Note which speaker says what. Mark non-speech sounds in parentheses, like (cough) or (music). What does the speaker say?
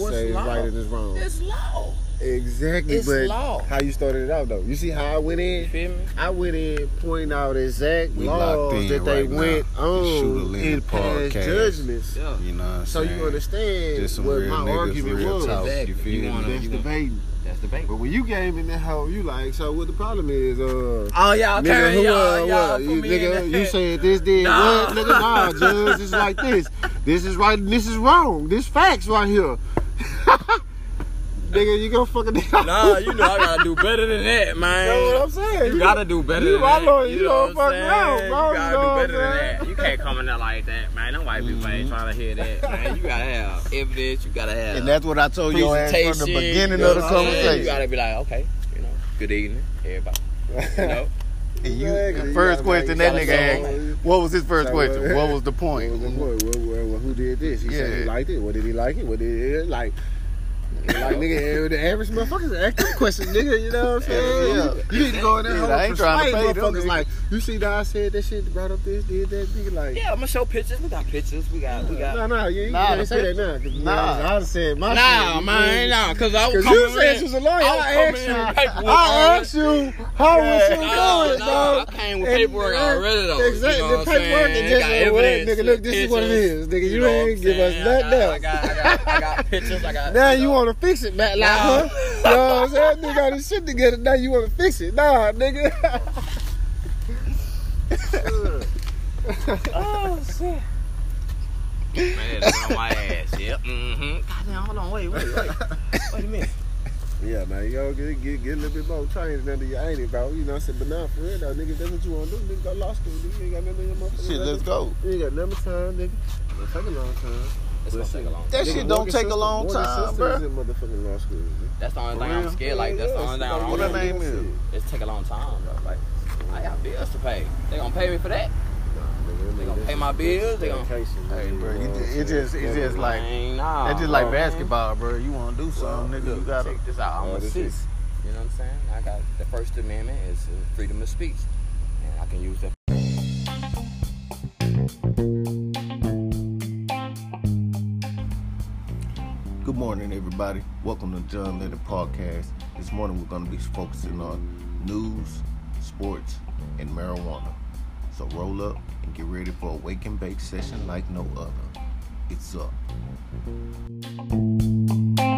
Speaker 1: say it's
Speaker 2: law.
Speaker 1: right and it's wrong.
Speaker 2: It's law.
Speaker 1: exactly,
Speaker 2: it's
Speaker 1: but
Speaker 2: law.
Speaker 1: how you started it out though. You see how I went
Speaker 2: You
Speaker 1: in?
Speaker 2: feel me?
Speaker 1: I went in pointing out exact
Speaker 3: We locked
Speaker 1: laws
Speaker 3: in
Speaker 1: that they
Speaker 3: right now.
Speaker 1: went
Speaker 3: The Shooter
Speaker 1: on
Speaker 3: Leonard
Speaker 1: in past
Speaker 3: podcast.
Speaker 1: judgments.
Speaker 2: Yeah.
Speaker 3: You know what I'm
Speaker 1: So
Speaker 3: saying?
Speaker 1: you understand
Speaker 3: Just some
Speaker 1: what
Speaker 3: real
Speaker 1: my
Speaker 3: niggas,
Speaker 1: argument
Speaker 3: real
Speaker 1: was.
Speaker 3: talk.
Speaker 2: Exactly.
Speaker 3: You feel
Speaker 2: You
Speaker 3: me?
Speaker 2: wanna-
Speaker 1: That's debating.
Speaker 2: That's the bank.
Speaker 1: But when you came in that hole, you like, so what the problem is? Uh,
Speaker 2: Oh y'all
Speaker 1: nigga,
Speaker 2: turn
Speaker 1: who,
Speaker 2: y'all,
Speaker 1: uh,
Speaker 2: y'all
Speaker 1: what?
Speaker 2: put
Speaker 1: You,
Speaker 2: me in
Speaker 1: nigga,
Speaker 2: the- (laughs)
Speaker 1: you said this, did
Speaker 2: Nah.
Speaker 1: what? Nigga, nah, judge, it's like this. This is right and this is wrong. This facts right here. (laughs) nigga, (laughs) you gonna fucking
Speaker 2: (laughs) Nah, you know I gotta do better than that, man.
Speaker 1: know what I'm saying? (laughs)
Speaker 2: You gotta do better
Speaker 1: you
Speaker 2: than
Speaker 1: my
Speaker 2: that.
Speaker 1: lawyer, you
Speaker 2: know
Speaker 1: don't
Speaker 2: what I'm
Speaker 1: fuck around,
Speaker 2: saying?
Speaker 1: bro,
Speaker 2: You
Speaker 1: you
Speaker 2: gotta
Speaker 1: know
Speaker 2: do
Speaker 1: what I'm
Speaker 2: better than that.
Speaker 1: saying? Mm-hmm.
Speaker 2: You can't come in there like that, man. Them white people ain't trying to hear that, man. You gotta have evidence. You gotta have
Speaker 3: And that's what I told your ass
Speaker 2: presentation.
Speaker 3: from the beginning
Speaker 2: you know
Speaker 3: of the
Speaker 2: what I'm saying? You
Speaker 3: conversation.
Speaker 2: gotta be like, okay, you know, good evening, everybody. You
Speaker 1: (laughs)
Speaker 2: know,
Speaker 3: And you,
Speaker 1: Exactly.
Speaker 3: the
Speaker 1: You
Speaker 3: first
Speaker 1: gotta
Speaker 3: question
Speaker 1: make-
Speaker 3: that
Speaker 2: you
Speaker 3: nigga
Speaker 2: gotta
Speaker 1: show-
Speaker 3: asked, what was his first
Speaker 1: show
Speaker 3: question?
Speaker 1: what-
Speaker 3: What was the
Speaker 1: What was the
Speaker 3: point?
Speaker 1: point? What- what- what- who did this? He said he
Speaker 3: Yeah.
Speaker 1: liked it. What did he like it? What did he like? Like
Speaker 3: (laughs)
Speaker 1: nigga, the average motherfuckers ask them questions, nigga. You know what I'm saying?
Speaker 3: Yeah.
Speaker 1: You need to go in there.
Speaker 3: Yeah,
Speaker 1: hole
Speaker 3: I ain't trying to
Speaker 1: persuade
Speaker 3: pay them,
Speaker 1: motherfuckers.
Speaker 3: nigga.
Speaker 1: Like you see, that I said that shit, brought up this, did that, nigga. Like
Speaker 2: yeah, I'm gonna show pictures. We got pictures. We got, we got.
Speaker 1: No, no, you, you
Speaker 3: Nah,
Speaker 1: can't say that now. 'cause, you know,
Speaker 3: nah.
Speaker 1: I done said my shit.
Speaker 2: Nah,
Speaker 1: You
Speaker 2: man,
Speaker 1: feel me?
Speaker 2: nah, cause I was
Speaker 1: Cause
Speaker 2: coming
Speaker 1: you said
Speaker 2: in-
Speaker 1: you was a lawyer.
Speaker 2: I was
Speaker 1: I,
Speaker 2: coming
Speaker 1: asked
Speaker 2: in with
Speaker 1: you.
Speaker 2: paperwork
Speaker 1: I
Speaker 2: already.
Speaker 1: asked you how was you
Speaker 2: Nah,
Speaker 1: doing,
Speaker 2: nah,
Speaker 1: dog?
Speaker 2: I came with
Speaker 1: And-
Speaker 2: paperwork already, though.
Speaker 1: Exactly.
Speaker 2: You know
Speaker 1: the
Speaker 2: what I'm
Speaker 1: paperwork
Speaker 2: saying?
Speaker 1: and just
Speaker 2: Got
Speaker 1: what it-
Speaker 2: evidence,
Speaker 1: Nigga, look, this is what it
Speaker 2: pictures.
Speaker 1: is. Nigga, you,
Speaker 2: know what
Speaker 1: ain't
Speaker 2: I'm
Speaker 1: give us
Speaker 2: saying? I
Speaker 1: nothing
Speaker 2: got-
Speaker 1: else.
Speaker 2: I got, I got, I got pictures. I got.
Speaker 1: (laughs) Now you
Speaker 2: know.
Speaker 1: want to fix it, Matt? Like,
Speaker 2: Nah.
Speaker 1: huh? You know what I'm saying? Nigga got his shit together. Now you want to fix it? Nah, nigga.
Speaker 2: Oh shit. Man, that's on my ass. Yep. Mm-hmm. Goddamn. Hold on. Wait. Wait. Wait. Wait a minute.
Speaker 1: (laughs) Yeah, man, you gotta get, get, get a little bit more training under your ain't it, bro. You know what I'm saying? But nah, for real, though, nigga, if that's what you want to do, nigga, go law school, nigga. You ain't got nothing in your motherfucking
Speaker 3: Shit, let's go.
Speaker 1: You ain't got nothing but time, nigga. It's gonna take a long time.
Speaker 2: It's gonna take a long.
Speaker 3: That shit don't take a long time,
Speaker 1: bro.
Speaker 3: bro.
Speaker 1: in motherfucking law school. nigga.
Speaker 2: That's the only
Speaker 3: For
Speaker 2: thing I'm
Speaker 3: real?
Speaker 2: scared. Like that's the only thing.
Speaker 1: Yeah, it's
Speaker 2: I'm
Speaker 3: What
Speaker 1: gonna
Speaker 2: worried
Speaker 3: her
Speaker 1: be
Speaker 2: about.
Speaker 3: name
Speaker 1: that
Speaker 3: is?
Speaker 1: shit.
Speaker 2: It's take a long time, bro. Like I got bills to pay. They gonna pay me for that?
Speaker 1: They
Speaker 2: gonna pay my bills, they gonna-
Speaker 3: Hey, bro, you ju- it just, it just like,
Speaker 2: Dang, nah.
Speaker 3: it's just like
Speaker 2: bro.
Speaker 3: basketball, bro. You want to do something, nigga, you gotta.
Speaker 2: check this out. I'm
Speaker 1: Oh,
Speaker 2: a
Speaker 1: this
Speaker 2: sis.
Speaker 1: is-
Speaker 2: You know what I'm saying? I got the First Amendment is uh, freedom of speech, and I can use that.
Speaker 3: Good morning, everybody. Welcome to John Leonard Podcast. This morning we're going to be focusing on news, sports, and marijuana. So roll up and get ready for a wake and bake session like no other. It's up.